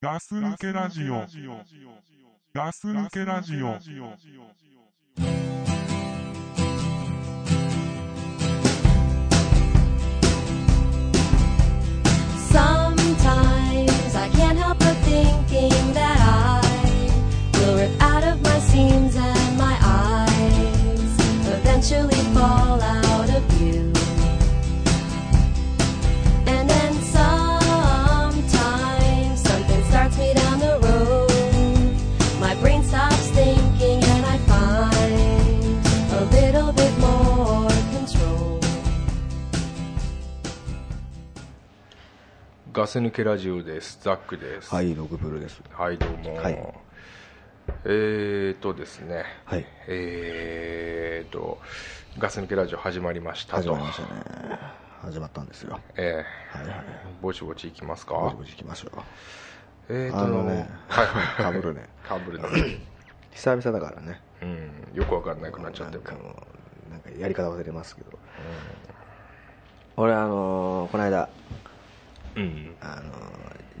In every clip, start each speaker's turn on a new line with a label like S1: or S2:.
S1: ガス抜けラジオ。ガス抜けラジオ。
S2: Sometimes I can't help but thinking that I will rip out of my seams and my eyes eventually fall out of view. And then sometimes something starts me down the road. My brain stops thinking and I find a little bit more control.
S3: ガス抜けラジオです。ザックです。
S4: は。い、ログブルです。
S3: はい、どうも。
S4: はい
S3: えーとですね。
S4: はい。
S3: えーと、ガス抜けラジオ始まりました
S4: 始
S3: と。
S4: まりましたね。始まったんですよ。
S3: え
S4: はいはい。
S3: ーぼちぼちいきます
S4: ぼち
S3: か
S4: ぼ。ち行きましょう。
S3: えー
S4: あのね
S3: はいはいはい。
S4: 被るね。
S3: かぶる ね。
S4: 久々だからね。
S3: うん、よくわかんなくなっちゃってる。
S4: なんかもう、なんかやり方忘れますけど。俺、あのーこの間、
S3: うん。
S4: あのー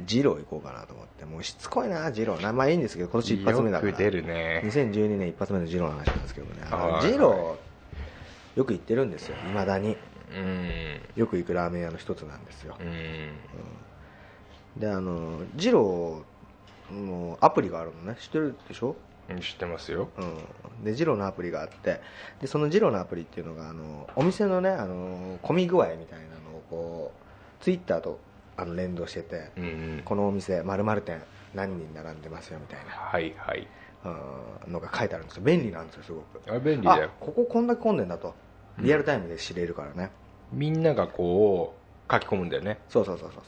S4: ジロー行こうかなと思って、もうしつこいな、ジロー。名前いいんですけど、今年一発目だから。
S3: よく出るね。
S4: 2012年一発目のジローの話なんですけどね。あの
S3: はい
S4: ジロー、よく行ってるんですよ、いまだに。
S3: うん。
S4: よく行くラーメン屋の一つなんですよ
S3: う。ん。
S4: であのジローのアプリがあるのね知ってるでしょ、
S3: 知ってますよ。
S4: うん、でジローのアプリがあってでそのジローのアプリっていうのがあのお店のねあの混み具合みたいなのをこうツイッターとあの連動してて、
S3: うん。
S4: このお店〇〇店何人並んでますよみたい
S3: はいはい。
S4: な、うん、のが書いてあるんですよ便利なんですよすごく
S3: あ便利だ
S4: あ
S3: よ。
S4: こここんだけ混んでんだとリアルタイムで知れるからね、
S3: みんながこう、書き込むんだよね。
S4: そうそうそうそう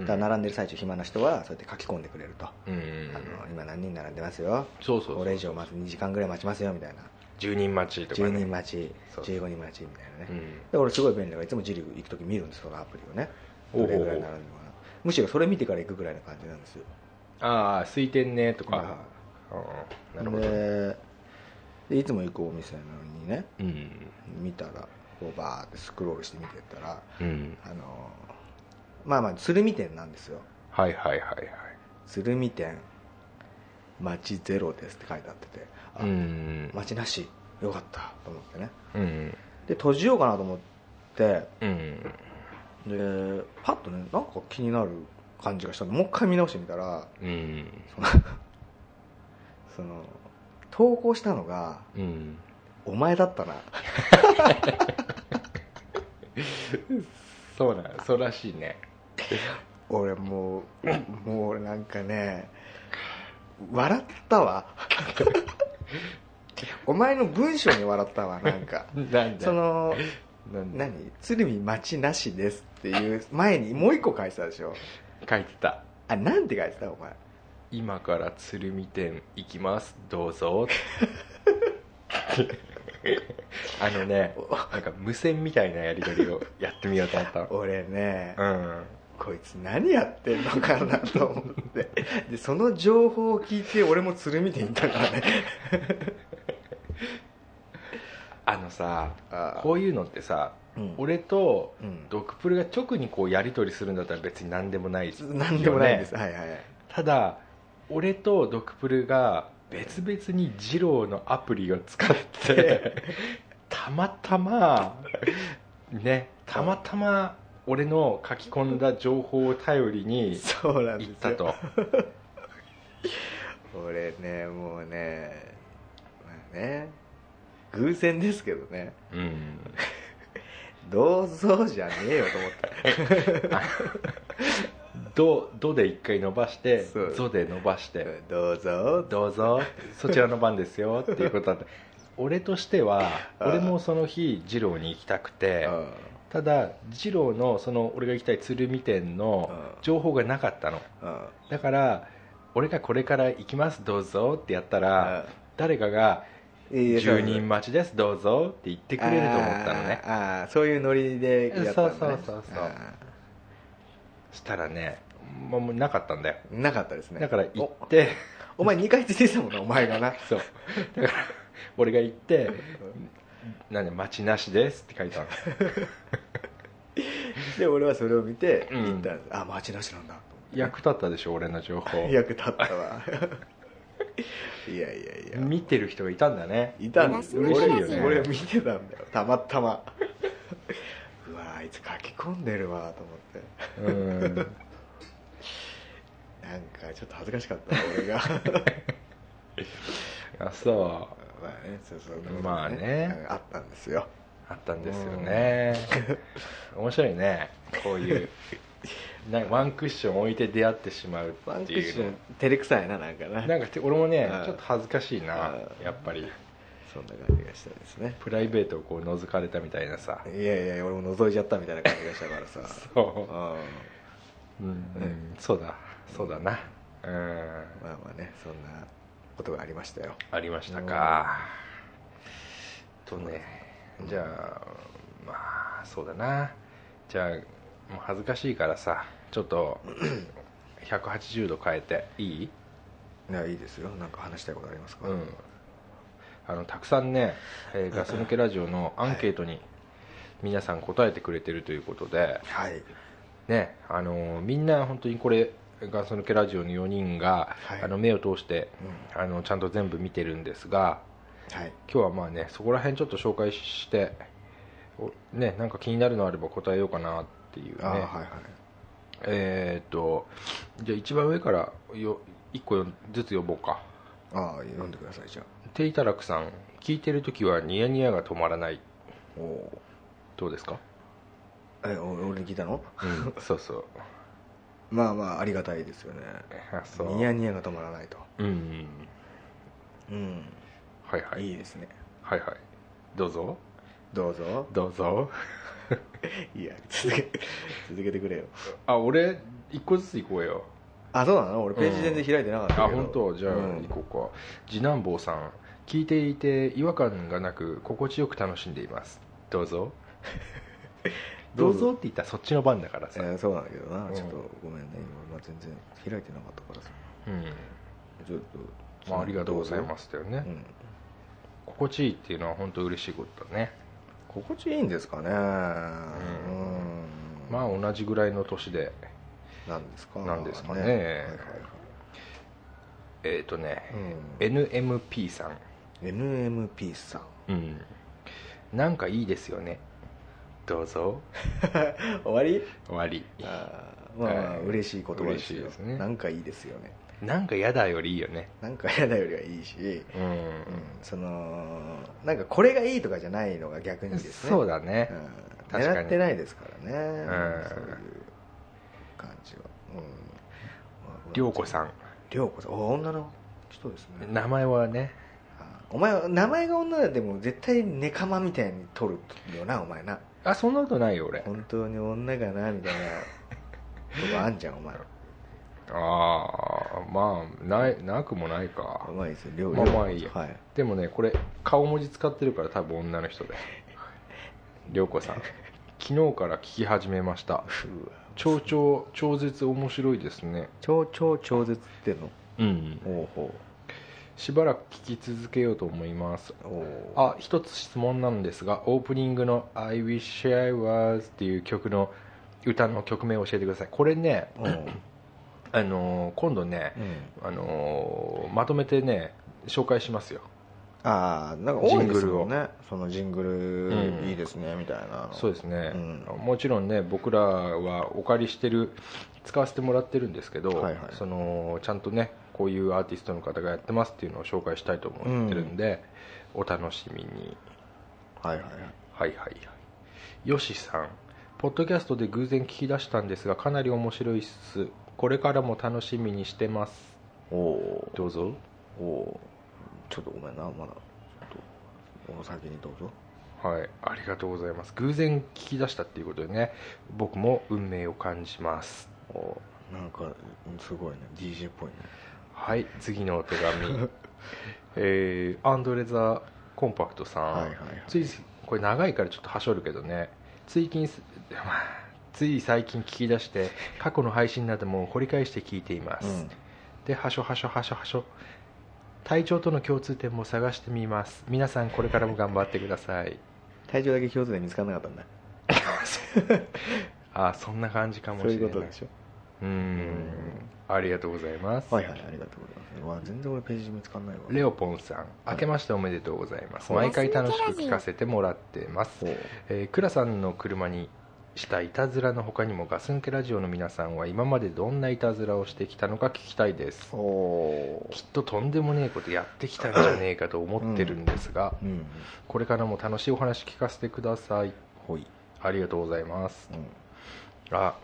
S3: うん
S4: だから並んでる最中暇な人はそうやって書き込んでくれると、
S3: うん
S4: あ。の今何人並んでますよ
S3: そうそうそう
S4: これ以上待つ2時間ぐらい待ちますよみたいな、
S3: 10人待ちとか
S4: 10
S3: ね
S4: 人待ち
S3: そう
S4: 15人待ちみたいなね、
S3: うん
S4: で俺すごい便利だからいつもジル行く時見るんですそのアプリをね
S3: おうおうお
S4: ど
S3: う
S4: れぐらい並んでるのかなむしろそれ見てから行くぐらいの感じなんですよ
S3: ああ空いてんねとか、
S4: はいは
S3: う
S4: い
S3: んなるほど、
S4: ででいつも行くお店のにね
S3: うん
S4: 見たらこうバーってスクロールして見てったら
S3: うん
S4: あのまあまあ鶴見店なんですよ
S3: はいはいはいはい
S4: 鶴見店街ゼロですって書いてあっててあ、
S3: うん
S4: 街なしよかったと思ってね
S3: うん
S4: で閉じようかなと思って
S3: うん
S4: でパッとねなんか気になる感じがしたんでもう一回見直してみたら
S3: うん
S4: そのその投稿したのが
S3: うん
S4: お前だったな
S3: そうなそうらしいね
S4: 俺もうもう俺なんかね笑ったわ お前の文章に笑ったわなんか
S3: なんで
S4: その
S3: なんで
S4: 何鶴見町なしですっていう前にもう一個書いてたでしょ
S3: 書いてた
S4: あなんて書いてたお前
S3: 今から鶴見店行きますどう ぞあのねなんか無線みたいなやり取りをやってみようと思ったの
S4: 俺ね
S3: うん
S4: こいつ何やってんのかなと思って でその情報を聞いて俺も鶴見て行ったからね
S3: あのさ
S4: あ
S3: こういうのってさ、
S4: うん
S3: 俺と
S4: うん
S3: ドクプルが直にこうやり取りするんだったら別に何でもない
S4: 何でもないんです、
S3: よね
S4: はいはいはい
S3: ただ俺とドクプルが別々に二郎のアプリを使って たまたまねたまたま俺の書き込んだ情報を頼りに
S4: そうなんです
S3: 行
S4: よ
S3: ったと
S4: 俺ねもうねまあね偶然ですけどね
S3: うん
S4: どうぞじゃねえよと思っ
S3: ドドで一回伸ばして
S4: そう
S3: ゾで伸ばして
S4: てどうぞ
S3: どうぞそちらの番です よっていうことだった俺としては
S4: うん
S3: 俺もその日二郎に行きたくて
S4: うん
S3: ただ二郎のその俺が行きたい鶴見店の
S4: うん
S3: 情報がなかったの
S4: うん
S3: だから俺がこれから行きますどうぞってやった
S4: う
S3: ら
S4: ん
S3: 誰かが
S4: いい
S3: 10人待ちですどうぞって言ってくれると思ったのね
S4: あーあーそういうノリでやったの、ね、
S3: そうそうそうそう
S4: あ
S3: したらねもうもうなかったんだよ
S4: ーなかったですね
S3: だから行
S4: お
S3: って
S4: お前2回ついてたもんなお前がな
S3: そうだから俺が行って「なんで待ちなしです」って書いたの
S4: で俺はそれを見て
S3: うん
S4: 行ったんです、あマーチなしなんだと思
S3: 役立ったでしょ俺の情報
S4: 役立ったわ いやいやいや
S3: 見てる人がいたんだね
S4: いたんですよ
S3: 嬉しいよね
S4: 俺俺見てたんだよたまたま うわあいつ書き込んでるわと思って
S3: うん
S4: なんかちょっと恥ずかしかったな俺 が
S3: あそ
S4: まあねそうそう
S3: まあね
S4: あったんですよ
S3: うあったんですよね面白いねこういうなんかワンクッション置いて出会ってしまう
S4: ワ
S3: っ
S4: ンク
S3: て
S4: ッ
S3: い
S4: シ
S3: う
S4: ョン照れくさいななんかな
S3: なんかて俺もね
S4: うん
S3: ちょっと恥ずかしいな
S4: うん
S3: やっぱり
S4: そんな感じがしたですね
S3: プライベートをこう覗かれたみたいなさ
S4: いやいや俺も覗いちゃったみたいな感じがしたからさ
S3: そう
S4: あ
S3: うん、うんそうだそうだなうん
S4: まあまあねそんなことがありましたよ
S3: ありましたかとね
S4: うん
S3: じゃあまあそうだなじゃあもう恥ずかしいからさちょっと180度変えていい、
S4: いやいいですよなんか話したいことありますか、
S3: うん、あのたくさんね、えーガス抜けラジオのアンケートに皆さん答えてくれてるということで、
S4: はい
S3: ねあのーみんな本当にこれガス抜けラジオの4人が、
S4: はい
S3: あの目を通して
S4: う
S3: あのちゃんと全部見てるんですが
S4: んはい
S3: 今日はまあねそこら辺ちょっと紹介しておねなんか気になるのあれば答えようかなっていうね
S4: ああ、はいはい
S3: えーっとじゃあ一番上からよ1個ずつ呼ぼうか
S4: ああ読んでくださいじゃ
S3: テイタラクさん聞いてる時はニヤニヤが止まらない
S4: あおお
S3: どうですか、
S4: えお俺に聞いたの
S3: うん、 そうそう
S4: まあまあありがたいですよね
S3: あそう
S4: ニヤニヤが止まらないと
S3: うん
S4: うん、、
S3: はいはい
S4: い
S3: い
S4: ですね
S3: はいはいどうぞ
S4: どうぞ
S3: どうぞ
S4: いや続 け続けてくれよ
S3: あ俺一個ずつ行こうよ
S4: あそうなの俺ページ全然開いてなかったけど、
S3: あ本当じゃあ
S4: うん
S3: 行こうか、次男坊さん聞いていて違和感がなく心地よく楽しんでいますどう ぞど
S4: ど
S3: う
S4: う
S3: ぞ
S4: ぞ
S3: って言ったらそっちの番だからさ、
S4: えーそうなんだけどな、
S3: うん
S4: ちょっとごめんね今、まあ、全然開いてなかったからさちょっ
S3: うん
S4: と、、
S3: まあ、ありがとうございますすだよね、
S4: うん、
S3: 心地いいっていうのは本当嬉しいことだね
S4: 心地いいんですかねうん、
S3: まあ同じぐらいの年で
S4: なんですか
S3: なんですかね
S4: はいはいはい
S3: えっ、とね、
S4: うん
S3: NMP さん
S4: NMP さん
S3: うんなんかいいですよねどうぞ
S4: 終わり
S3: 終わり
S4: あーまあまあ、
S3: はい
S4: 嬉しい言葉です
S3: 嬉しい
S4: よ
S3: ですね
S4: なんかいいですよね
S3: なんか嫌だよりいいよね
S4: なんか嫌だよりはいいし、
S3: う
S4: うん
S3: ん、
S4: そのなんかこれがいいとかじゃないのが逆にですね
S3: そうだね、
S4: うん、
S3: 確かに
S4: 狙ってないですからね、
S3: ん
S4: そういう感じはうん
S3: 涼子さん
S4: 涼子さんお女の人ですね
S3: 名前はね
S4: あお前名前が女でも絶対ネカマみたいに取るよなお前な
S3: あそんなことないよ俺
S4: 本当に女かなみたいなとこあんじゃんお前
S3: ああまあないなくもないか
S4: うまいですよ涼
S3: まあまあいいや
S4: はい
S3: でもねこれ顔文字使ってるから多分女の人で涼子さん昨日から聞き始めました
S4: うわ
S3: 超超超絶面白いですね
S4: 超超超絶っての
S3: うん
S4: おうほ
S3: しばらく聞き続けようと思います
S4: うおう
S3: あ一つ質問なんですがオープニングの「I wish I was」っていう曲の歌の曲名を教えてくださいこれね
S4: おう
S3: あのー今度ね、
S4: うん
S3: あのーまとめてね紹介しますよ
S4: ああなんか多いですもんねそのジングルいいですねみたいなの
S3: そうですね、
S4: うん
S3: もちろんね僕らはお借りしてる使わせてもらってるんですけど、
S4: はいはい
S3: そのちゃんとねこういうアーティストの方がやってますっていうのを紹介したいと思ってるんで、お楽しみに
S4: はいはいはい
S3: はいはいはいよしさんポッドキャストで偶然聞き出したんですがかなり面白いっすこれからも楽しみにしてます
S4: おお
S3: どうぞ
S4: おおちょっとごめんなまだちょっとお先にどうぞ
S3: はいありがとうございます偶然聞き出したっていうことでね僕も運命を感じます
S4: おなんかすごいね DJ っぽいね
S3: はい次のお手 紙えーアンドレザコンパクトさん、
S4: はいはいはい
S3: ついこれ長いからちょっとはしょるけどね最近 すつい最近聞き出して過去の配信なども掘り返して聞いています、
S4: うん
S3: ではしょはしょはしょはしょ体調との共通点も探してみます皆さんこれからも頑張ってください
S4: 体重だけ表図で見つからなかったんだ
S3: あーそんな感じかもしれ
S4: そう
S3: ない
S4: いうことでしょ
S3: うんありがとうございます、
S4: はいはいありがとうございますうわ全然俺ページ見つかんないわ
S3: レオポンさん明けましておめでとうございます
S4: はい
S3: 毎回楽しく聞かせてもらってます
S4: おう
S3: えークラさんの車にしたいたずらの他にもガス抜けラジオの皆さんは今までどんないたずらをしてきたのか聞きたいです
S4: お
S3: きっととんでもねえことやってきたんじゃねえかと思ってるんですが、
S4: ううん
S3: これからも楽しいお話聞かせてください
S4: ほい
S3: ありがとうございます
S4: うん
S3: あ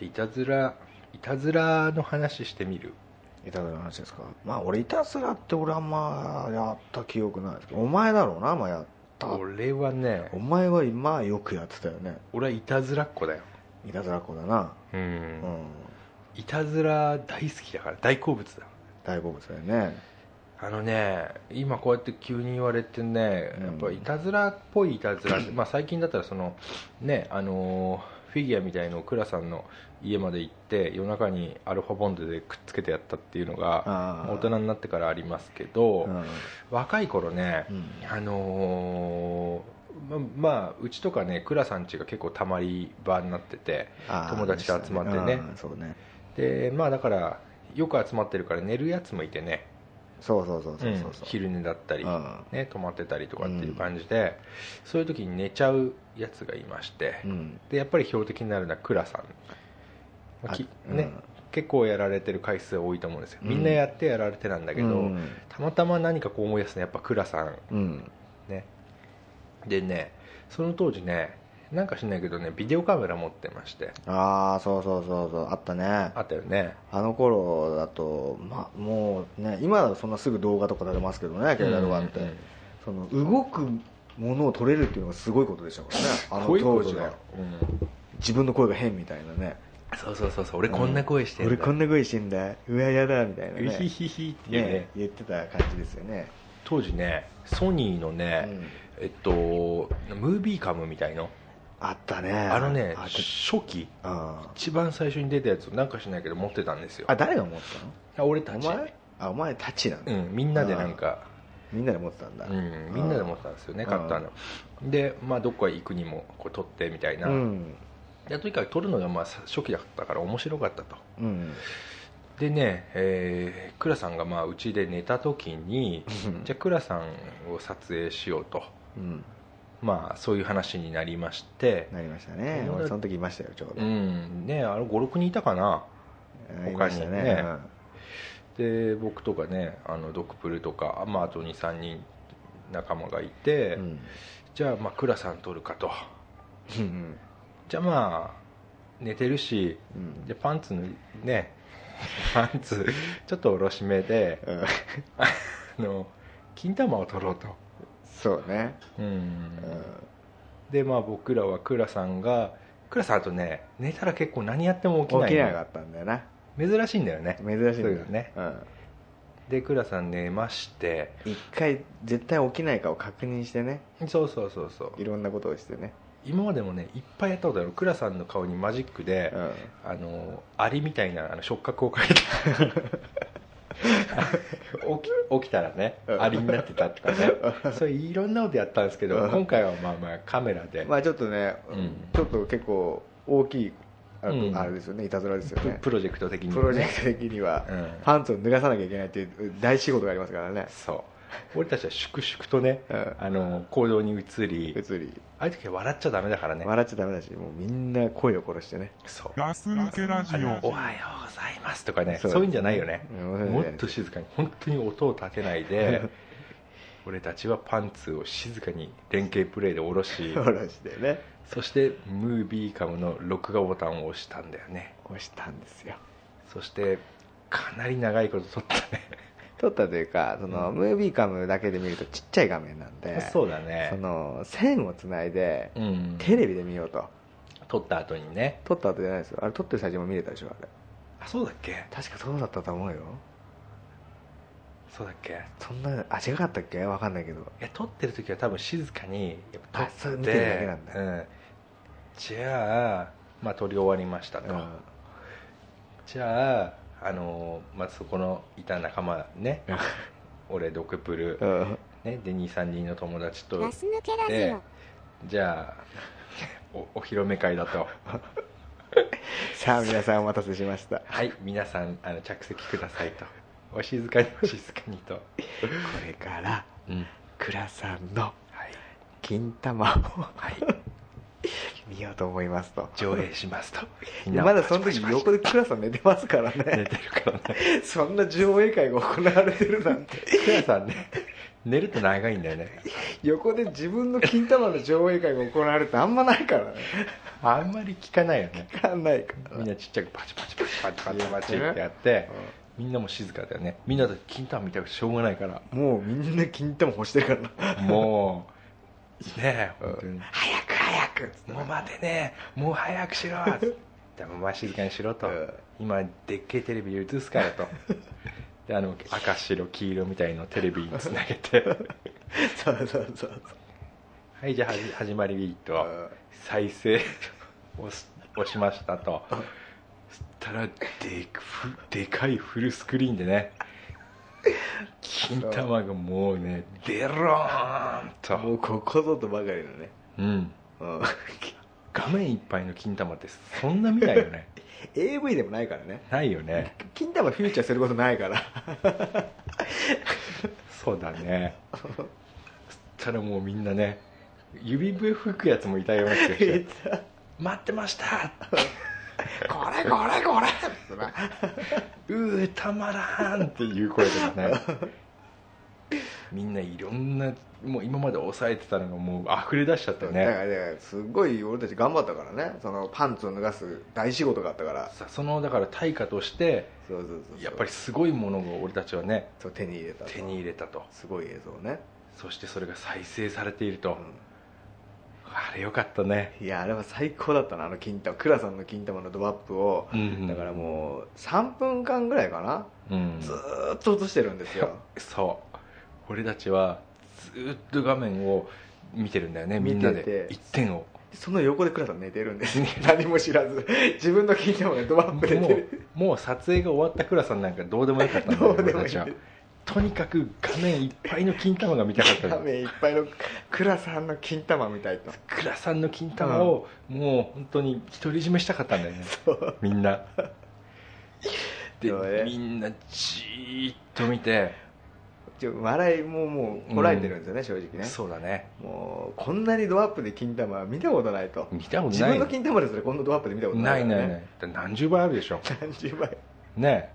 S3: いたずらいたずらの話してみる
S4: いたずらの話ですかまあ俺いたずらって俺あんまやった記憶ないですけどお前だろうなまあやった
S3: 俺はね
S4: お前は今よくやってたよね
S3: 俺はいたずらっ子だよ
S4: いたずらっ子だな
S3: うん、
S4: うん
S3: いたずら大好きだから大好物だ
S4: 大好物だよね
S3: あのね今こうやって急に言われてね、
S4: うん
S3: やっぱいたずらっぽいいたずら ってまあ最近だったらそのねあのーフィギュアみたいのを倉さんの家まで行って夜中にアルファボンドでくっつけてやったっていうのが
S4: ああ
S3: 大人になってからありますけど、
S4: うん
S3: 若い頃ね、
S4: うん
S3: あのーままあうちとかね倉さん家が結構たまり場になってて
S4: ああ
S3: 友達と集まってね
S4: うんそうね
S3: でまあだからよく集まってるから寝るやつもいてね
S4: そうそうそうそうそう
S3: うん
S4: そう
S3: 昼寝だったり、
S4: うん
S3: ね、泊まってたりとかっていう感じで、そういう時に寝ちゃうやつがいまして、
S4: うん
S3: でやっぱり標的になるのは倉さん、まあき
S4: あうん
S3: ね結構やられてる回数多いと思うんですよ
S4: うん
S3: みんなやってやられてなんだけど、
S4: うん
S3: たまたま何かこう思い出すのはやっぱ倉さん
S4: うん
S3: ねでねその当時ねなんか知んないけどねビデオカメラ持ってまして
S4: ああそうそうそうそうあったね
S3: あったよね
S4: あの頃だと、まあ、もうね今はそんなすぐ動画とか出れますけどね携帯とかって、
S3: うんうんうん
S4: その動くものを撮れるっていうのがすごいことでしたからねあの
S3: こういう
S4: 当
S3: 当
S4: 時
S3: 時だ
S4: は
S3: よ、うん
S4: 自分の声が変みたいなね
S3: そうそうそうそう俺こんな声して
S4: うんん
S3: だ、
S4: 俺こんな声してんだうわやだみたいな
S3: うひ
S4: ね
S3: ひひっていうね
S4: ね言ってた感じですよね、
S3: 当時ねソニーのね、
S4: うん
S3: えっとムービーカムみたいの
S4: あったね
S3: あのね
S4: あ
S3: 初期
S4: あ
S3: 一番最初に出たやつをなんかしないけど持ってたんですよ
S4: あ誰が持ったの
S3: 俺た
S4: お
S3: ち
S4: 前あお前たちなんだ、
S3: うん、みんなでなんか、
S4: みんなで持ってたんだ、
S3: うん、みんなで持ってたんですよね
S4: うん
S3: 買ったので、まあ、どこか行くにもこう撮ってみたいな、
S4: うん
S3: でとにかく撮るのがまあ初期だったから面白かったと
S4: うん
S3: でね、えー、倉さんがまあうちで寝た時に
S4: うん
S3: じゃあ倉さんを撮影しようと
S4: うん
S3: まあそういう話になりまして、
S4: なりましたね
S3: うん
S4: 俺その時いましたよちょうど、
S3: うんねあれ56人いたかな
S4: うんいました
S3: 他にね
S4: うん
S3: で僕とかねあのドクプルとか、まあ、あと23人仲間がいて、
S4: うん
S3: じゃあまあ倉さん撮るかと
S4: うん
S3: じゃあまあ寝てるし
S4: うん
S3: じゃあパンツ脱いね パンツちょっとおろしめで
S4: うん
S3: あの金玉を撮ろうと、
S4: そうね
S3: うん
S4: うん
S3: でまあ僕らは倉さんが倉さんあとね寝たら結構何やっても起きない
S4: 起きなかったんだよな
S3: 珍しいんだよね
S4: 珍しいん
S3: そ
S4: だ
S3: うだね
S4: うん
S3: で倉さん寝まして
S4: 一回絶対起きないかを確認してね
S3: そうそうそうそう
S4: いろんなことをしてね
S3: 今までもねいっぱいやったことある倉さんの顔にマジックで、
S4: うん
S3: あのアリみたいなあの触覚をかけた 起き起きたらね
S4: うん
S3: アリになってたとかねそれいろんなことやったんですけど
S4: うん
S3: 今回はまあまあカメラで、
S4: まあちょっとね
S3: うん
S4: ちょっと結構大きいあ
S3: うん
S4: あれですよねいたずらですよ
S3: プ
S4: ね
S3: プロジェクト的に、ね、
S4: プロジェクト的には
S3: うん
S4: パンツを脱がさなきゃいけないっていう大仕事がありますからね
S3: そう俺たちは粛々とね、
S4: うん
S3: あの行動に移り
S4: 別に
S3: ああいう時は笑っちゃダメだからね
S4: 笑っちゃダメだしもうみんな声を殺してね
S3: そう
S1: ガス抜けラジ
S3: あの
S1: オ
S3: お。はようございますとかね
S4: そ
S3: そうういうんじゃないよね
S4: うん
S3: もっと静かに本当に音を立てない で俺たちはパンツを静かに連携プレーで下ろ し
S4: 下ろしてね
S3: そしてムービーカムの録画ボタンを押したんだよね
S4: 押したんですよ
S3: そしてかなり長いこと撮った
S4: 撮ったというかその、
S3: うん
S4: ムービーカムだけで見るとちっちゃい画面なんで
S3: ね そうだ
S4: そ
S3: ね
S4: の線をつないで、
S3: うん
S4: テレビで見ようと
S3: 撮った後にね
S4: 撮った後じゃないですよあれ撮ってる最中も見れたでしょあれ
S3: あそうだっけ
S4: 確かそうだったと思うよ
S3: そうだっけ
S4: そんなあ違かったっけわかんないけど
S3: いや撮ってる時は多分静かにやっぱ
S4: あそ
S3: 撮っ
S4: う
S3: て
S4: 見てるだけなんだ
S3: うん、じゃあ、まあ、撮り終わりましたと、
S4: うん
S3: じゃあ、あのーまあ、そこのいた仲間ね俺ドクプル、
S4: うん
S3: ね、で23人の友達と
S5: ガス抜けラジ
S3: でじゃあおお披露目会だと
S4: さあ皆さんお待たせしましたこ
S3: はい皆さんあの着席くださいとお静かにお静かにと、
S4: れから
S3: うん、
S4: 倉さんの
S3: はい
S4: 金玉を、 見ようと思いますと
S3: 上映しますとみんな
S4: まだその時
S3: パチパチパチ
S4: 横で倉さん寝てますから
S3: 寝て
S4: ね
S3: るからね
S4: そんな上映会が行われてるなんて
S3: クラさんね寝ると長いんだよね
S4: 横で自分の金玉の上映会が行われるってあんまないからね
S3: あんまり聞かないよね
S4: わかんないから
S3: みんなちっちゃくパチパチパチパチパチパチってやってみんなも静かだよねみんなだって金玉見たくてしょうがないから
S4: もうみんな金玉欲してるからな
S3: もうねえ本当に
S4: 早く早く
S3: もう待てねえもう早くしろでもまあ静かにしろと、
S4: うん
S3: 今でっけえテレビ映すから とであの赤白黄色みたいのテレビにつなげ て
S4: そうそうそう
S3: はいじゃあはじ始まりと、
S4: そう
S3: 再生 をす押しましたとそしたらでくふでかいフルスクリーンで ね金玉がもうねデローン
S4: も
S3: と、
S4: うここぞとばかりのね
S3: うん、
S4: うん
S3: 画面いっぱいの金玉ってそんな見ないよ ね
S4: AV でもないからね
S3: ないよね
S4: 金玉フューチャーすることない から
S3: そうだねそしたらもうみんなね指笛吹くやつもいたような気がし
S4: 言ってた
S3: 待ってました
S4: これこれこれつってな
S3: うーたまらんっていう声と かねみんないろんなもう今まで抑えてたのがもう溢れ出しちゃったよ
S4: だか
S3: ね
S4: らねすごい俺たち頑張ったからねそのパンツを脱がす大仕事があったから
S3: さそのだから対価として
S4: そうそうそうそう
S3: やっぱりすごいものを俺たちはね
S4: そう手に入れたと
S3: 手に入れたと
S4: すごい映像ね、
S3: そしてそれが再生されていると、
S4: う
S3: あれよかったね
S4: ん、いやあれは最高だったなあの金玉倉さんの金玉のドバップを、
S3: うん
S4: だからもう3分間ぐらいかな、
S3: うん
S4: ずーっと落としてるんで すよ
S3: そう俺たちはずーっと画面を見てるんだよねみんな
S4: 見て
S3: で
S4: て
S3: 一点を
S4: その横で倉さん寝てるんですね何も知らず自分の金玉がドバッ
S3: も
S4: プで寝てる
S3: うもう撮影が終わった倉さんなんかどうでもよかったんだ
S4: ど
S3: よ
S4: うで
S3: 俺
S4: もいい
S3: たちはとにかく画面いっぱいの金玉が見たかった
S4: 画
S3: の
S4: 面いっぱいの倉さんの金玉みたいと
S3: 倉さんの金玉をもう本当に独り占めしたかったんだよね
S4: そう
S3: みんなで
S4: そうね
S3: みんなじーっと見て、
S4: ちょ笑いももうこらえてるんですよね、正直ね
S3: そうだね
S4: もうこんなにドアップで金玉は見たことないと
S3: 見たこと
S4: 自
S3: ない
S4: 分の金玉ですらこんなドアップで見たこと
S3: な
S4: ない
S3: い
S4: から
S3: な
S4: ね
S3: いない何十倍あるでしょ
S4: 30倍
S3: ね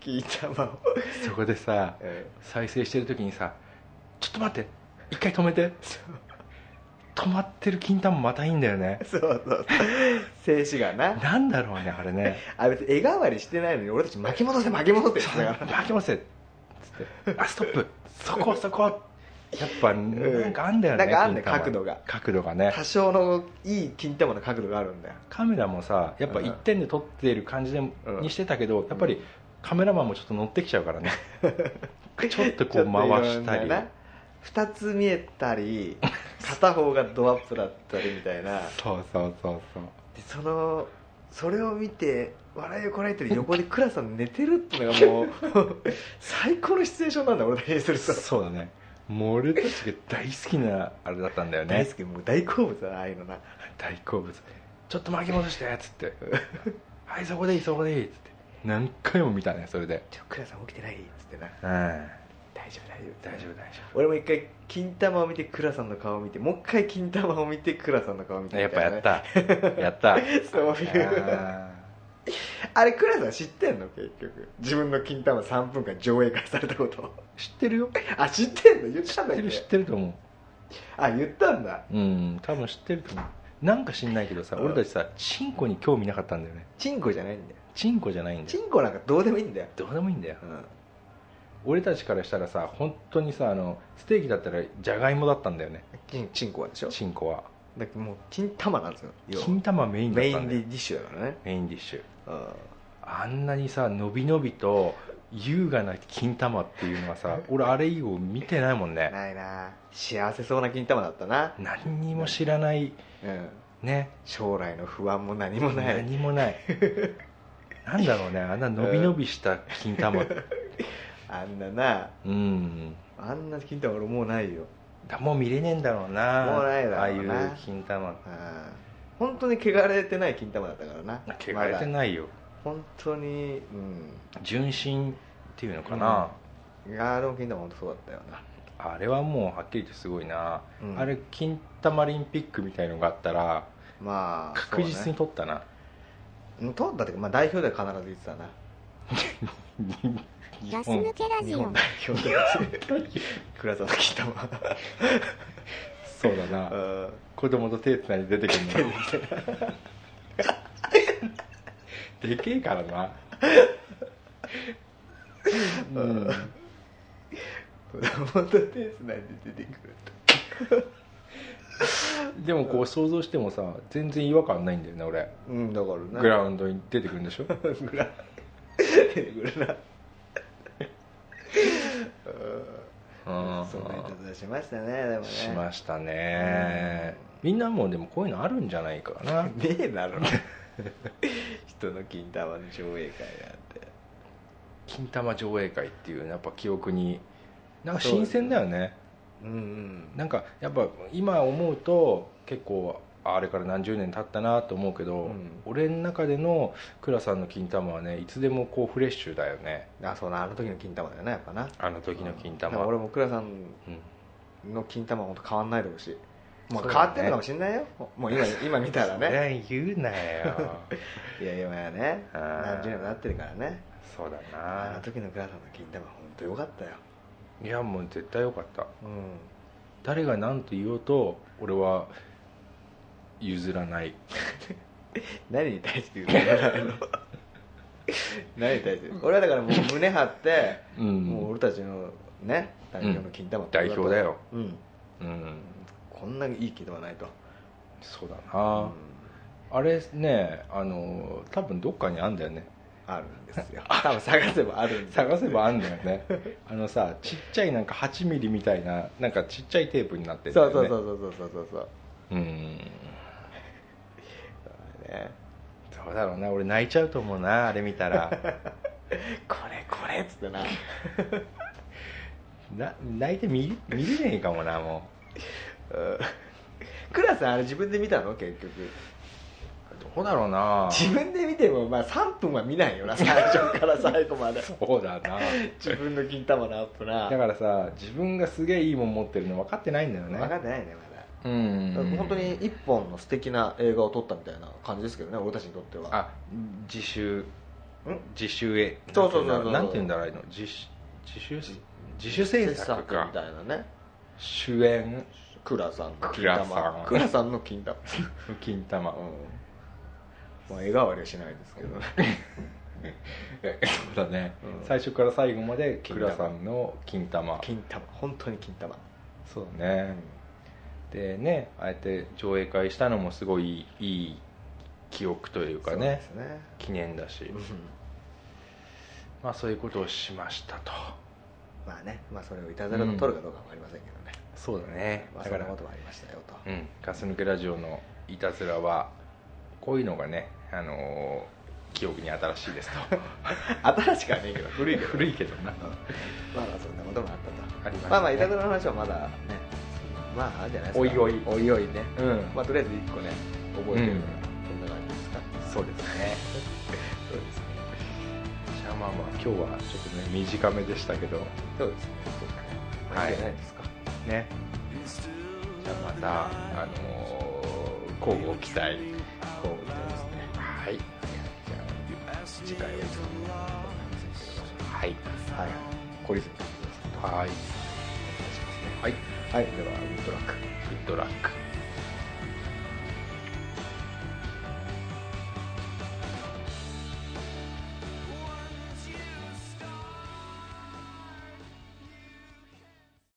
S4: 金玉を、
S3: そこでさ
S4: え
S3: 再生してる時にさ「ちょっと待って一回止めて」止まってる金玉またいいんだよね
S4: ーそうそう静止画な
S3: なんだろうねあれね
S4: あ別に絵代わりしてないのに俺たち巻き戻せ巻き戻せって
S3: そう
S4: 言ってたか
S3: 巻き戻せっつって「あストップそこそこ」やっぱなんかあんだよね、
S4: なんかあんね
S3: 金玉
S4: 角度が
S3: 角度が
S4: ら
S3: ね
S4: 多少のいい金玉の角度があるんだよ
S3: カメラもさやっぱ
S4: うん
S3: 一点で撮っている感じで、
S4: ん
S3: にしてたけどやっぱりカメラマンもちょっと乗ってきちゃう からねちょっと
S4: ち
S3: こ
S4: ょ
S3: う
S4: っといろんな
S3: 回したり
S4: な2つ見えたり片方がドアップだったりみたいな
S3: そうそうそうそう
S4: でそのそれを見て笑いをこらえてる横で倉さん寝てるっていうのがもう 最高のシチュエーションなんだ俺たちにすると
S3: そうだねもう俺たちが大好きなあれだったんだよ
S4: 大
S3: ね
S4: 好きもう大好物だなああいうのな
S3: 大好物ちょっと巻き戻してっつっ て「はいそこでいいそこでいい」っつって何回も見たねそれで
S4: ちょ倉さん起きてないっつってな
S3: うん
S4: 大丈夫大丈夫
S3: 大丈夫大丈
S4: 俺も一回金玉を見て倉さんの顔を見てもう一回金玉を見て倉さんの顔を見て
S3: 夫やっぱやっ
S4: み
S3: たや った
S4: いなねそういう
S3: あ
S4: あれ倉さん知ってんの結局自分の金玉3分間上映会されたこと
S3: ー知ってるよ知
S4: あ知ってんの言ったんだ
S3: っ
S4: ってけ
S3: る知ってると思う
S4: あ言ったんだ
S3: うん多分知ってると思うなんか知んないけどさ
S4: うん
S3: 俺たちさチンコに興味なかったんだよね
S4: チンコじゃないんだよ
S3: チンコじゃないんだ
S4: チ
S3: よ
S4: ンコなんかどうでもいいんだよ
S3: どうでもいいんだよ
S4: うん
S3: 俺たちからしたらさ本当にさあのステーキだったらじゃがいもだったんだよね
S4: チンチンコはでしょ
S3: チンコは
S4: だからもう金玉なんですよ要は
S3: 金玉メインだっ
S4: メイ
S3: たん
S4: ン
S3: だ
S4: デ
S3: よ
S4: ィッシュだからね
S3: メインディッシュ
S4: うん
S3: あんなにさのびのびと優雅な金玉っていうのはさ俺あれ以後見てないもんね
S4: ないな幸せそうな金玉だったな、
S3: 何にも知らない
S4: うん、
S3: ね
S4: 将来の不安も何もない
S3: 何も ないなんだろうねあんなのびのびした金玉
S4: あんなな
S3: うん
S4: あんな金玉俺もうないよ
S3: だもう見れねえんだろうな
S4: もうないだろうな
S3: ああいう金玉
S4: あ本当に汚れてない金玉だったからな
S3: 汚れて
S4: まだ
S3: ないよ
S4: 本当に
S3: 純真っていうのかな、
S4: うんいやーでも金玉本当そうだったよな
S3: あれはもうはっきり言ってすごいな、
S4: うん
S3: あれ金玉リンピックみたいのがあったら
S4: まあ
S3: 確実に取ったな、
S4: そうねうん通ったっていうか、まあ、代表では必ず言ってたな
S3: 日
S5: ガ
S3: 本
S5: ス抜けラジ
S4: 日
S5: オ
S4: 本代表で倉沢金玉
S3: そうだな、
S4: うん
S3: 子供と手つないで出てく るのでけえからなうん
S4: 子供と手つないで出てくる
S3: でもこう想像してもさ全然違和感ないんだよね俺
S4: うんだからな
S3: グラウンドに出てくるんで しょ
S4: グラ出てくるな
S3: うん
S4: そんな人たちしましたねでもね
S3: しましたねみんなもでもこういうのあるんじゃないかな
S4: ねえだろ人の金玉の上映会なんて
S3: 金玉上映会っていうやっぱ記憶になんか新鮮だよね
S4: うんうん
S3: なんかやっぱ今思うと結構あれから何十年経ったなと思うけど、
S4: うん
S3: 俺の中での倉さんの金玉はねいつでもこうフレッシュだよね
S4: あそうなあの時の金玉だよなやっぱな
S3: あの時の金
S4: だから
S3: 玉、うん
S4: 俺も倉さんの金玉は本当変わんないでほしいもう変わってるのかもしれないよもう今今見たらね
S3: ね言うなよ
S4: いや今やね
S3: あー
S4: 何十年もなってるからね
S3: そうだ
S4: あ
S3: な
S4: の時の倉さんの金玉本当良かったよ
S3: いやもう絶対よかった
S4: うん
S3: 誰が何と言おうと俺は譲らない
S4: 何に対して言うの 何に対して俺はだからもう胸張って、
S3: うん
S4: もう俺たちのね代表の金玉ってこと
S3: 代表だよ
S4: うん
S3: うん
S4: こんなにいい金玉ないと
S3: そうだな、
S4: うん
S3: あれねあの多分どっかにあんだよね
S4: あるんですよ多分探せばあるんですよ
S3: 探せばあんだよねあのさちっちゃいなんか8ミリみたいななんかちっちゃいテープになってるんだ
S4: そ
S3: よ
S4: う
S3: ね
S4: そうそうそうそうそうそう
S3: ううん
S4: ね
S3: どうだろうな俺泣いちゃうと思うなあれ見たら
S4: これこれっつってな
S3: な泣いて見見れねえかもなも
S4: クラさんあれ自分で見たの結局
S3: うどうだろうな
S4: 自分で見てもまあ3分は見ないよな最初から最後まで
S3: そうだな
S4: 自分の金玉のアップな
S3: だからさ自分がすげえいいもん持ってるの分かってないんだよね
S4: 分かってないねまだ
S3: うん
S4: だから本当に一本の素敵な映画を撮ったみたいな感じですけどね俺たちにとっては
S3: あ自習自習へ
S4: そうそうそうそう
S3: なんて言うんだろうああいうの自主自主自主制作
S4: 制み
S3: か
S4: たいなね
S3: 主演
S4: 倉さんの金
S3: 倉さん
S4: 玉倉さんの 金玉
S3: 金玉、
S4: まあ絵代わりはしないですけどね
S3: そうだね、
S4: うん
S3: 最初から最後まで
S4: 金玉
S3: 倉さんの金玉
S4: 金玉本当に金玉
S3: そうだね、でねあえて上映会したのもすごいいい記憶というか
S4: そうで
S3: ね
S4: すね
S3: 記念だし、
S4: うん
S3: まあそういうことをしましたと
S4: まあねまあそれをいたずらと撮るかどうかもありませんけどね
S3: そうだね
S4: まあ
S3: だ
S4: そ
S3: か
S4: んな
S3: ら
S4: こともありましたよと
S3: うんガス抜けラジオのいたずらはこういうのがねあのー記憶に新しいですと
S4: 新しくはねえけど古いけど
S3: 古いけど な
S4: まあまあそんなこともあったと
S3: ありましたね
S4: まあまあいたずらの話はまだねまああれじゃないですか
S3: おいおい
S4: おいおいね
S3: うん
S4: まあ、とりあえず1個ね覚えてる、
S3: うん
S4: そんな感じですか
S3: そうですね
S4: そうですね
S3: じゃあまあまあ今日はちょっとね短めでしたけど
S4: そうですね
S3: はい
S4: いいじゃないですか
S3: ねじゃあまたあのー、交互期待
S4: こうみたいですね
S3: はいじゃあ次回はいつかはい
S4: はい懲りずに書いてくだ
S3: はいはい
S4: さいはいではウッドラック
S3: グッドラック